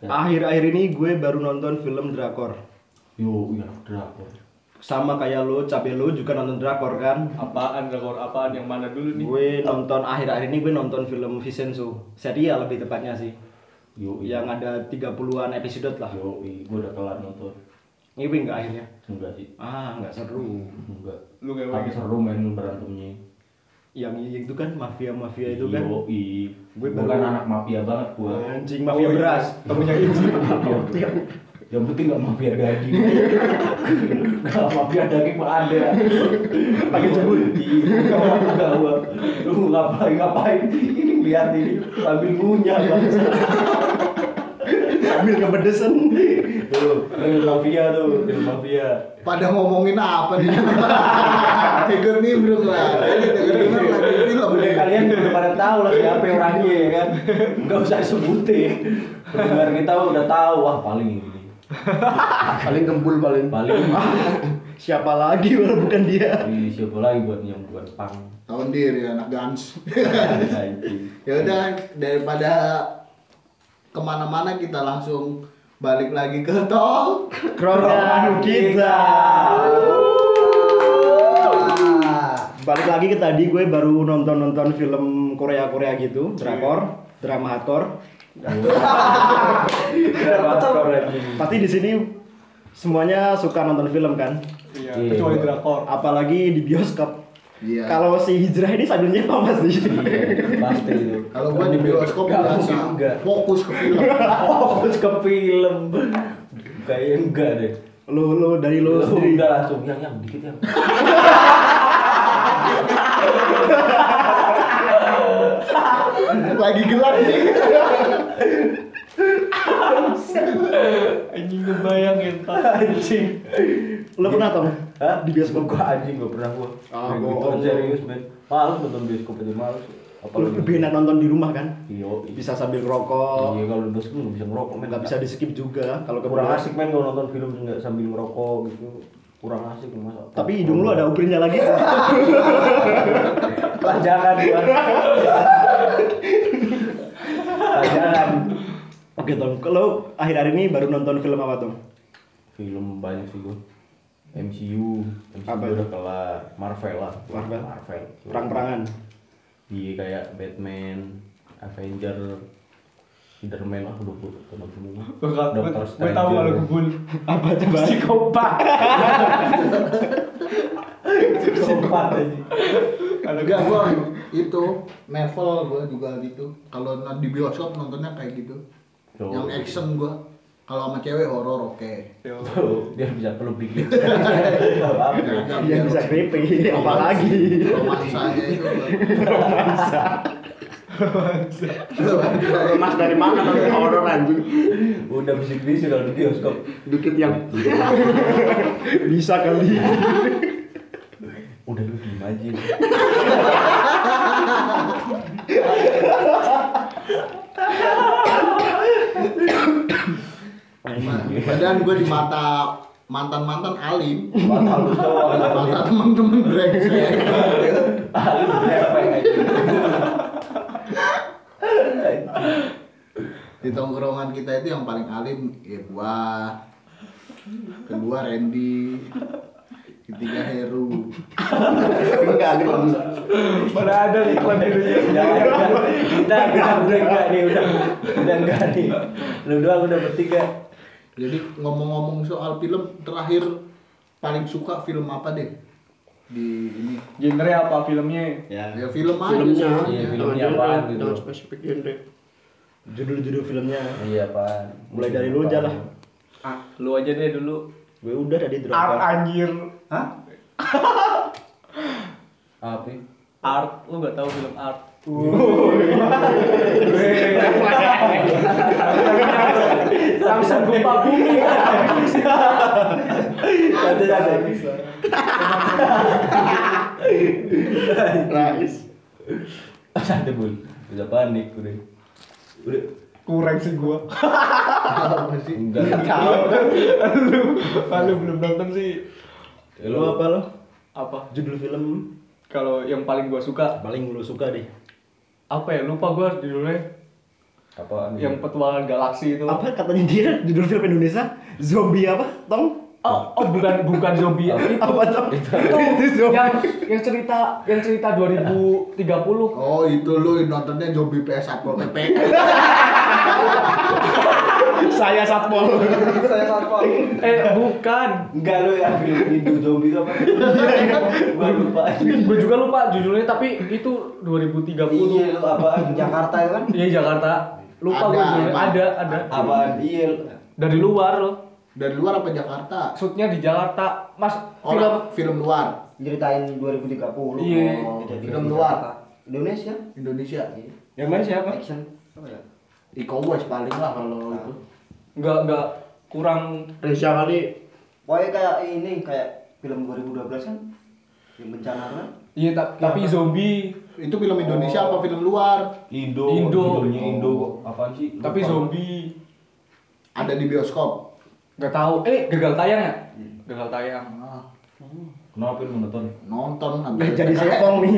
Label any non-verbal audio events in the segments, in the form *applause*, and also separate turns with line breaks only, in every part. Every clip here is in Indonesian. Nah, Akhir-akhir ini gue baru nonton film drakor.
Yo, iya, drakor.
Sama kayak lo, capek lo juga nonton drakor kan?
Apaan rekor apaan yang mana dulu nih?
Gue nonton akhir-akhir ini gue nonton film Vincenzo. Serial lebih tepatnya sih.
Yo, iya.
Yang ada 30-an episode lah.
Yo, iya, gua udah kelar nonton.
Ngiwing nggak akhirnya?
Enggak sih.
Ah, nggak seru.
Enggak.
Lu kayak
Tapi seru main berantemnya.
Yang itu kan mafia-mafia itu kan.
Yo, iya.
Gue
Gua kan
baru-
anak mafia banget gua. Oh, iya.
Anjing mafia beras.
Temennya Inji.
Yang penting nggak mafia
*laughs*
daging. Kalau mafia daging mah ada.
Pakai jabul.
Iya, enggak gua. Lu ngapain ngapain? Ini lihat ini sambil ngunyah bangsa.
Sambil kepedesan.
Tuh, film mafia tuh, film mafia.
Pada ngomongin apa nih? *laughs* Ikut nimbrung lah. Ini denger-denger lagi film
Udah
nih.
kalian udah pada tahu lah siapa orangnya ya kan. Enggak usah sebutin. Pendengar kita udah tahu wah paling ini.
Paling gembul paling.
Paling
*laughs* Siapa lagi kalau bukan dia?
Ini siapa lagi buat yang bukan pang.
Tahun diri anak Gans. *laughs*
Anjing.
ya udah daripada kemana-mana kita langsung balik lagi ke tol. anu
Kerongan kita. Balik lagi ke tadi gue baru nonton-nonton film Korea-Korea gitu, drakor, drama hardcore.
Drakor lagi.
Pasti di sini semuanya suka nonton film kan?
Iya,
Iya.
kecuali drakor.
Apalagi di bioskop.
Iya.
Kalau si hijrah ini sambil apa mas di
Iya. Pasti itu.
Kalau gua di bioskop
Nggak
biasa
mungkin enggak.
fokus ke film.
Fokus ke film. Kayaknya enggak deh.
Lu lu dari lu
Lu
sendiri.
udah langsung yang yang dikit yang.
lagi gelap nih.
Anjing kebayang entar.
Anjing.
Lu pernah tau?
Hah?
Di bioskop
gua anjing gak pernah gua.
Ah,
Main
bohong.
gitu, serius, men. Males nonton bioskop aja males.
Lu
Apalagi
lebih enak nonton di rumah kan?
Iya.
Bisa sambil ngerokok,
Iya, kalau di bioskop nggak bisa ngerokok, men.
nggak bisa di skip juga kalau
Iya. kurang
kebetulan.
asik men kalau nonton film nggak sambil ngerokok gitu. Kurang asik masa.
Tapi hidung lu ada upirnya lagi.
Pajangan gua. Pajangan.
Oke Tom, kalau akhir-akhir ini baru nonton film apa Tom?
Film banyak sih gua. MCU, MCU
Apa itu?
udah kelar, Marvel lah,
Marvel?
Marvel,
Perang-perangan.
Iya kayak Batman, Avenger, Spiderman lah udah gua tonton
*laughs*
semua. Dr.
Gue
Strange.
tahu kalau gebul.
*laughs* Apa coba?
Psikopat.
*laughs* Psikopat aja.
Kalau
Enggak gua itu Marvel gua juga gitu. Kalau non- di bioskop nontonnya kayak gitu.
Tuh.
Yang action gua kalau sama cewek horor oke.
Iya.
Yo.
Tuh, dia bisa peluk dikit.
*laughs*
Gak apa-apa.
Iya,
Yang bisa creepy, apalagi.
Romansa aja itu.
Romansa.
Mas dari mana kalau horor anjing?
Udah bisik-bisik kalau di bioskop.
Dikit yang
*laughs* Bisa kali.
Udah lu diem aja.
Badan gua di mata mantan-mantan alim.
Mata lu doang.
Mata temen-temen brengsek.
Ah, lu berepek aja.
Di tongkrongan kita itu yang paling alim ya gua. Kedua Randy. Ketiga Heru.
enggak ada lagi.
*laughs* Mana ada iklan ya? dirinya.
Jangan, jangan. Kita kita udah enggak nih, udah udah enggak nih. Lu doang udah bertiga.
Jadi ngomong-ngomong soal film terakhir paling suka film apa deh? Di ini.
Genre apa filmnya?
Ya film aja
Filmnya,
semuanya.
Iya, film.
jangan-
filmnya apaan gitu.
Jangan spesifik genre.
Judul-judul filmnya.
Iya, Pak.
Mulai dari lu aja lah.
Ah, lu aja deh dulu.
Gue udah tadi
Art
drakor.
anjir.
Hah?
Apa?
Art, lu nggak tahu film art.
Langsung gempa bumi. Ada ada.
Rais.
*laughs* Ada bun. Udah panik udah. Udah.
Kurang sih gua.
Apa sih?
Enggak.
Kalau belum nonton sih
Eh,
Lu apa lo?
apa?
Judul film
Kalau yang paling gua suka
paling lu suka deh.
apa ya? Lupa gua judulnya.
Apaan?
yang petualangan galaksi itu
apa katanya dia judul film Indonesia zombie apa tong
Oh, oh bukan bukan zombie itu
apa tong *laughs* itu zombie
yang yang cerita yang cerita 2030
Oh itu lu nontonnya Joby PS Satpol PP.
saya satpol
Saya
*laughs*
satpol.
eh bukan
Enggak lu ya Hindu zombie itu
*laughs*
apa? Gua lupa.
gue juga lupa judulnya tapi itu 2030
Iya lu apaan? Jakarta itu kan?
iya Jakarta
Ada,
lupa gue judulnya
apa?
ada ada
Apaan? Iya. lu.
dari luar loh
Dari luar apa Jakarta?
maksudnya di Jakarta mas
Oh,
film
film luar
Ceritain 2030.
Iya.
Oh, jadi di
Film luar.
Jakarta. Indonesia.
Indonesia.
yang main siapa
Action. Apa ya?
Iko Uwais paling lah kalau itu.
nggak nggak kurang
Reza kali
Pokoknya kayak ini kayak film 2012 kan? Yang bencana kan?
iya ta- tapi zombie
Itu film Indonesia apa film luar?
Indo,
Indo.
judulnya Indo, apaan sih? Lupa.
tapi zombie
Ada di bioskop.
nggak tahu eh gagal tayang ya gagal tayang
Ah,
Kenapa lu nonton?
nonton
Nah,
habis
jadi
*laughs* itu.
sepong *laughs* nih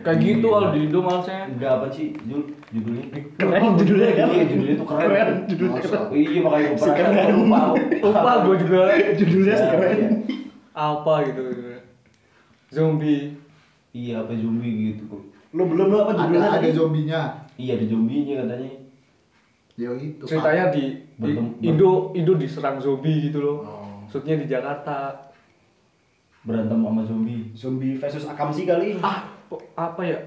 kayak gitu kalau di Indo malah saya
Enggak apa sih judul judulnya?
keren judulnya kan
Iya, judulnya tuh keren.
keren judulnya
Masa?
keren
Iya makanya gue
Si keren.
lupa.
lupa gue juga
judulnya sih keren
Iya.
apa gitu zombie
Iya apa zombie gitu kok.
lu belum lu apa
Ada
judulnya
ada
tadi
zombinya.
Iya ada zombinya katanya.
Ya itu. Pak.
ceritanya di, di
Bertem-
Indo Indo diserang zombie gitu loh
Oh.
maksudnya di Jakarta
Berantem sama zombie.
zombie versus akamsi kali
ah po- apa ya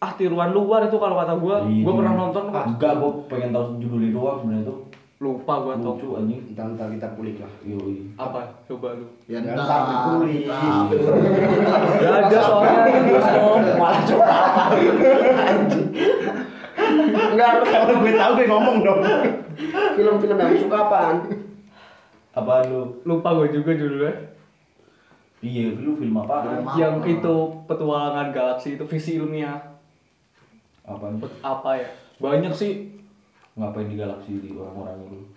ah tiruan luar itu kalau kata gue
Iya.
gue pernah nonton kok.
Ah, Enggak, gue pengen tahu judulnya doang sebenarnya tuh.
lupa gue tau
Lucu anjing.
entar entar kita kulik lah
Yoi.
apa coba lu
Ya Ah,
Ya,
entar.
ntar dikulik.
Entar.
Gak ada soalnya itu bioskop.
malah coba apa enggak kalau gue tahu gue ngomong dong
film-film yang suka apaan?
Apaan lu?
Lupa gue juga judulnya.
Iya, lu film apaan?
Film. Maaf,
yang
maaf.
itu petualangan galaksi itu visi ilmiah
Apaan?
Pet- apa ya? Banyak sih
Ngapain di galaksi di orang-orang itu?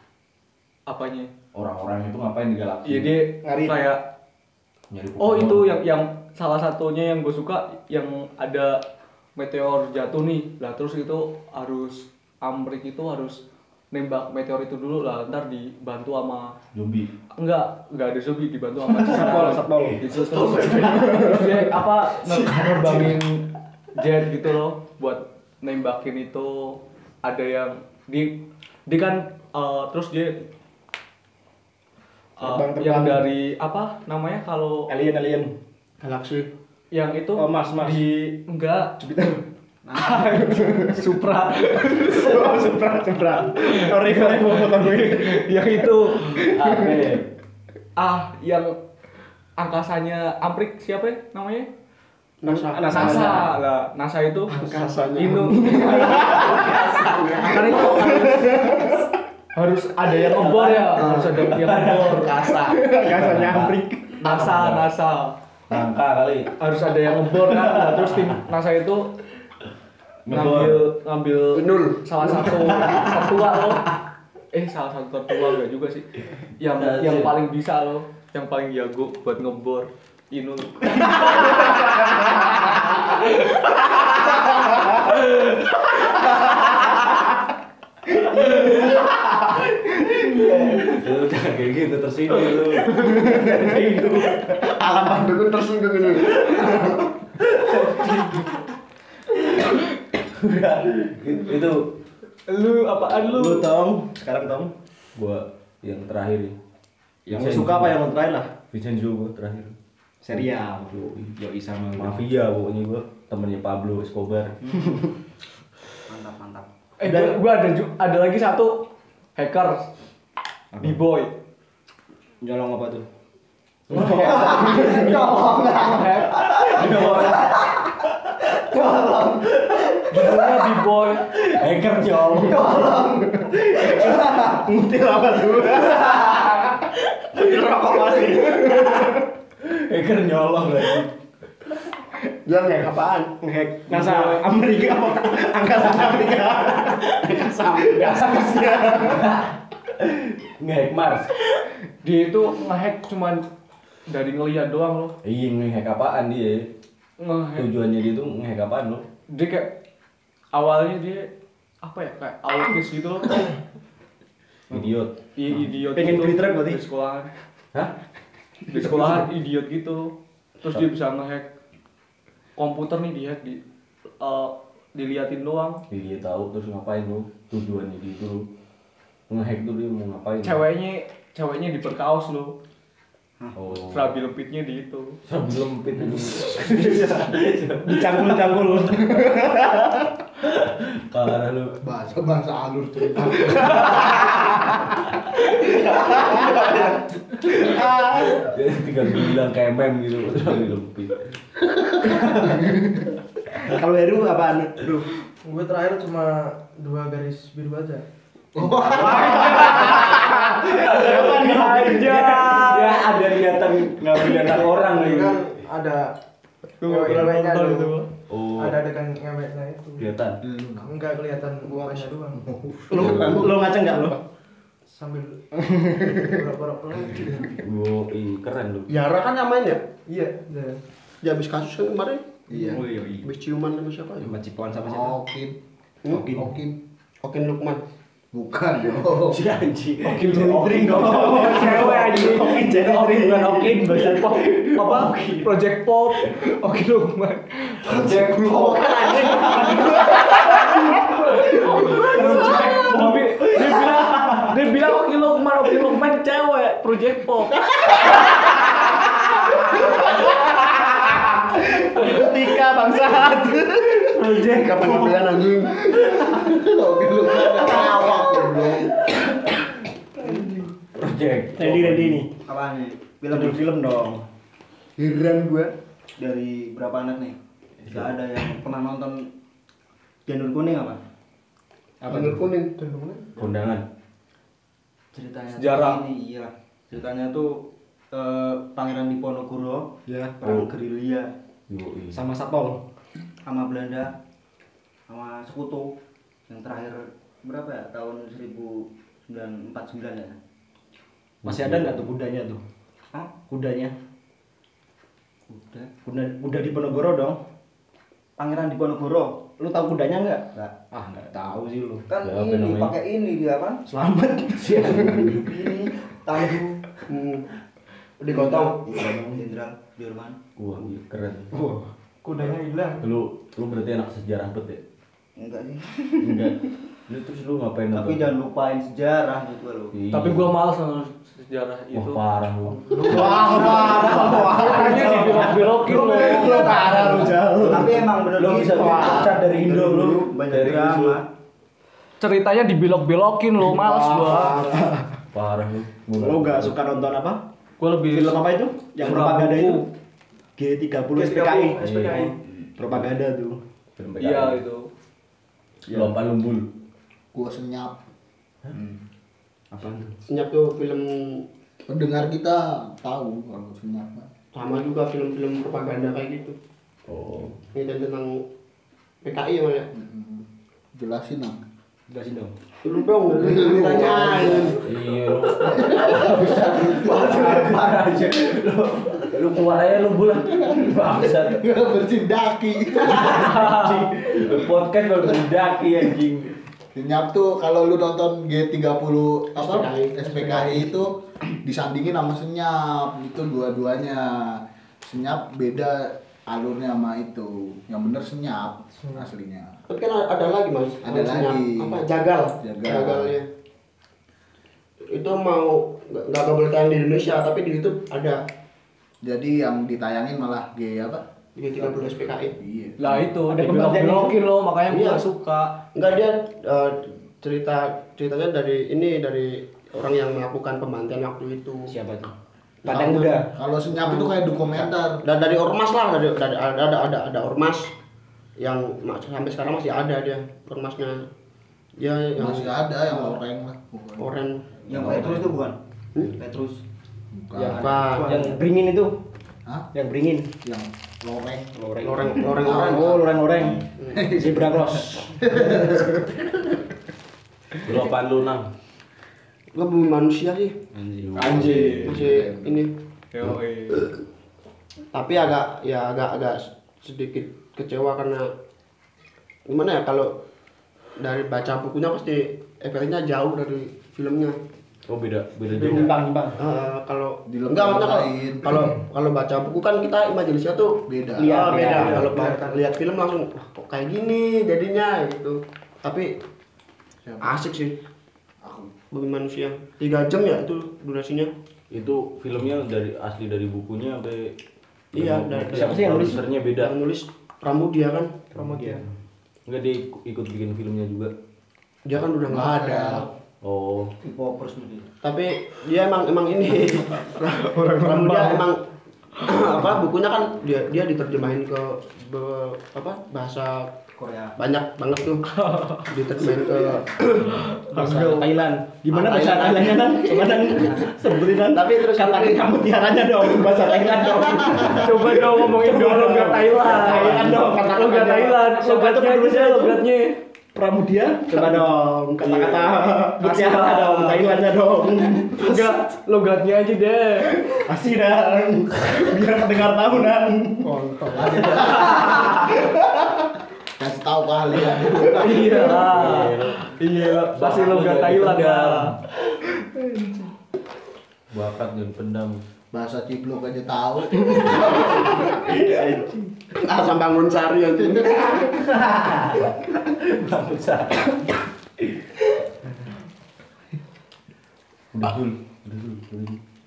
apanya.
Orang-orang itu ngapain di galaksi?
Iya dia
Ngari.
kayak
Nyari
oh
Pokemon.
itu yang yang salah satunya yang gue suka yang ada meteor jatuh nih. Lah terus itu harus Amrik itu harus nembak meteor itu dulu lah ntar dibantu sama
zombie.
enggak enggak ada zombie dibantu sama
Satpol, satpol.
Itu terus dia apa nge- ngerbangin jet gitu loh buat nembakin itu ada yang di di kan eh, terus dia eh,
Terbang-terbang.
yang dari apa namanya kalau
alien *laughs* alien
Galaksi.
yang itu
Oh, Mars, Mars.
di enggak
Jupiter
*laughs* supra
Supra, Supra. Oh, Revo, Revo, foto gue.
yang itu
Apa? ya?
ah yang angkasanya Amprik siapa ya namanya
Nasa.
NASA.
NASA lah NASA itu
Angkasanya.
*laughs* Indo karena itu harus- harus ada yang ngebor ya harus ada yang ngebor NASA
Kasarnya Amrik.
NASA NASA
Nangka kali.
harus ada yang ngebor kan Nah, terus tim NASA itu ngambil ngambil
Benul.
salah satu tertua loh eh salah satu tertua enggak juga sih yang
Nah,
yang
sih.
paling bisa loh yang paling jago buat ngebor Inul
Lu jangan kayak gitu tersinggung lu.
Alam pandukun tersinggung ini.
It- Itu
lu apaan lu
Lu tong, sekarang tong.
gua yang terakhir nih.
Yang suka apa yang lu terakhir lah?
Vincenzo gua terakhir.
Serial.
Yoi, yoi sama mafia pokoknya gua temennya Pablo Escobar.
Mantap mantap.
Eh, gua, gua ada ju- ada lagi satu hacker B-boy.
Nyolong apa tuh?
Judulnya B-boy.
Hacker nyolong.
Ngutil apa *laughs* tuh? Rokok masih.
Hacker nyolong lagi.
Dia nggak apaan?
Ngehack NASA Amerika apa? *laughs* Angkasa Amerika. Angkasa Amerika.
Ngehack Mars.
Dia itu ngehack cuman dari ngeliat doang loh.
Iya ngehack apaan dia?
Ngehack.
Tujuannya dia tuh ngehack apaan lo?
Dia kayak awalnya dia apa ya kayak autis gitu loh
Idiot.
I- idiot
Pengen
gitu,
beli trap berarti?
di sekolahan
Hah?
di
*laughs*
sekolahan idiot gitu terus dia bisa ngehack komputer nih dihack di eh, diliatin doang
Dia Iya, tahu terus ngapain lu? Tujuannya dia itu lu. Ngehack tuh dia mau ngapain?
ceweknya ceweknya diperkaos loh
Oh.
serabi lempitnya di itu
Serabi lempit aja.
Dicangkul-cangkul.
Parah lu.
bahasa bahasa alur cerita
Jadi tinggal bilang kayak mem gitu. Serabi lempit.
Kalau Heru apaan? Duh.
Gue terakhir cuma dua garis biru aja.
Aja. Ya ada niatan ngambil orang
Ini
gitu.
kan ada
Gua nggak pernah
ngewek-ngeweknya
nonton
dulu.
itu.
Oh.
Ada adegan ngeweknya itu.
Kelihatan.
Enggak kelihatan mukanya doang.
Lu lu ngaceng enggak lu?
Sambil borok-borok pelan.
Wow, ih, keren lu.
Yara kan yang main ya?
Iya, iya.
Ya habis kasus kan kemarin.
iya
Oh iya. iya.
Habis ciuman sama siapa ya?
Sama Cipokan sama siapa?
okin
Hmm?
okin okin
Okin Lukman.
bukan yo
Si anjing. Okin Jendring dong.
Oh,
Cewek anjing.
*laughs*
Okin
Okin,
Jendring
bukan
Eh, bukan Okin bahasa pop.
apa project pop oke dong project pop tapi dia bilang dia bilang oke lo kemana oke lo kemana cewek project pop
Itu Tika bangsat.
Eh, kapan ngambilan anjing?
okin lu awak
Project.
Ready ready nih.
Apaan nih? Film
Film film dong.
Heran gua.
dari berapa anak nih? Gak ada yang pernah nonton Janur Kuning apa?
Janur kuning.
Kondangan.
Ceritanya tuh
Sejarah.
ini iya. Ceritanya tuh eh, Pangeran Diponegoro
Ya.
perang gerilya
Yo, ih.
Sama Satpol.
sama Belanda sama Sekutu yang terakhir berapa ya tahun 1949 ya
Masih ada enggak tuh kudanya tuh?
Hah?
Kudanya.
Kuda
Kuda kuda di Ponegoro dong.
Pangeran Diponegoro
Lu tahu kudanya enggak?
Nggak.
Ah, enggak tahu sih lu.
kan
Ya, apa
ini
namanya?
pakai ini dia apa
Selamat.
ini tangguh
Digotong.
Jenderal Jerman
Wah, ih, keren.
Kudanya hilang.
Lu lu berarti anak sejarah bet ya?
enggak sih
Enggak. Lu terus lu ngapain
tapi
nonton?
jangan lupain sejarah gitu loh
Iya.
tapi gua males sama sejarah
Wah,
itu
parah lu.
Wah, wah, wah.
akhirnya dibelok-belokin lo
Lu parah lu jauh.
tapi emang bener
Lu bisa pecah dari Indo, lu.
banyak
Dari
drama
ceritanya dibelok-belokin lo males gua
Parah lu. Gua
Lu nggak suka nonton apa?
gua lebih
Film apa itu? Yang
Suka
propaganda
buku.
itu? G30 SPKI.
SPKI.
Hmm. Propaganda tuh.
Film PKI.
iya itu
Iya. Lompat lembul.
gua senyap
Apaan tuh?
Senyap tuh film
pendengar kita tahu kalau senyap Pak.
sama juga film-film propaganda kayak gitu.
Oh.
Ini dan tentang PKI ya mana?
Mm-mm. jelasin lah
Jelasin dong.
Lu dong, lu ditanyain.
Iya lu. Parah aja. Lu lu keluar aja lu bulan. Bangsat.
bersin daki
Anjing. Lu podcast baru budak ya anjing.
senyap tuh kalau lu nonton G30 apa
SPKI.
SPKI itu *clears throat* disandingin sama senyap itu dua-duanya senyap beda alurnya sama itu yang bener senyap aslinya
Tapi kan ada lagi mas.
Ada
Senyap.
lagi.
Apa? Jagal.
Jagal.
Jagalnya. Itu mau nggak nggak kebetulan di Indonesia tapi di YouTube ada
jadi yang ditayangin malah G apa
di 30 SPKI.
iya
lah itu
Ada
dibelok-belokin lo makanya gua
Iya.
nggak suka
Enggak dia eh, cerita ceritanya dari ini dari orang yang melakukan pembantian waktu itu.
Siapa tuh? Padang Muda.
kalau senyap itu kayak dokumenter
Dan dari ormas lah dari, dari ada ada ada ada ormas yang ma- sampai sekarang masih ada dia ormasnya. Dia yang
masih ada yang orang lah pokoknya.
orang
yang Petrus itu bukan Petrus
Bukan.
yang Hmm? apa?
Yang beringin itu.
Hah?
Yang beringin.
yang loreng
Loreng.
Loreng loreng orang.
Oh, loreng-loreng.
Hmm.
Zebra cross.
Lu apaan lu nang?
Gua bumi manusia sih.
Anjing.
Anjir. Masih ini
Yo, eh.
tapi agak ya agak agak sedikit kecewa karena gimana ya kalau dari baca bukunya pasti efeknya jauh dari filmnya.
oh beda beda
Beda.
jauh
Imbang, imbang.
Eh, eh, kalau
Dilebih
enggak maksudnya kalau-
lain.
kalau kalau baca buku kan kita imajinasinya tuh
Beda.
Iya,
Iya,
beda.
iya.
Kalau ba- lihat film langsung "Wah, kok kayak gini jadinya gitu. Tapi
Siapa?
asik sih
Aku.
bumi manusia. Tiga jam ya itu durasinya.
itu filmnya dari asli dari bukunya sampai
Iya, dari-
siapa sih yang nulis? Produsernya beda
Yang nulis Pramudia kan.
Pramudia.
enggak dia ikut- ikut bikin filmnya juga
Dia kan udah nggak ada.
oh
Hipopers mungkin.
Tapi dia emang emang *laughs* ini Pramudia emang *clears throat* apa bukunya kan dia dia diterjemahin ke be- apa bahasa
Korea.
banyak banget *laughs* tuh diterjemahin ke
Bahasa Thailand. Gimana
Ah,
bahasa
Thailand.
Thailandnya Nan? Coba Nan sebutin Nan.
Tapi terus-
katain kamu tiaranya dong bahasa Thailand dong.
*laughs* Coba dong ngomongin
Coba
dong logat
dong.
Thailand.
Thailand dong. Kata-kata
Logat
aja.
Thailand.
Siapa tuh
Logatnya
penulisnya?
aja logatnya.
Pramudia
coba dong
kata-kata
Asli.
mutiara dong, Thailandnya dong.
Enggak, logatnya aja deh.
Asih dan biar pendengar tahu dan.
Kontol. Kasih tahu kali
*laughs*
ya.
Iya lah. Iya lah, pasti logat Thailand lah.
bakat dan pendam
Bahasa ciblok aja tahu.
asam bangun sari anjing
udah dulu udah dulu udah dulu.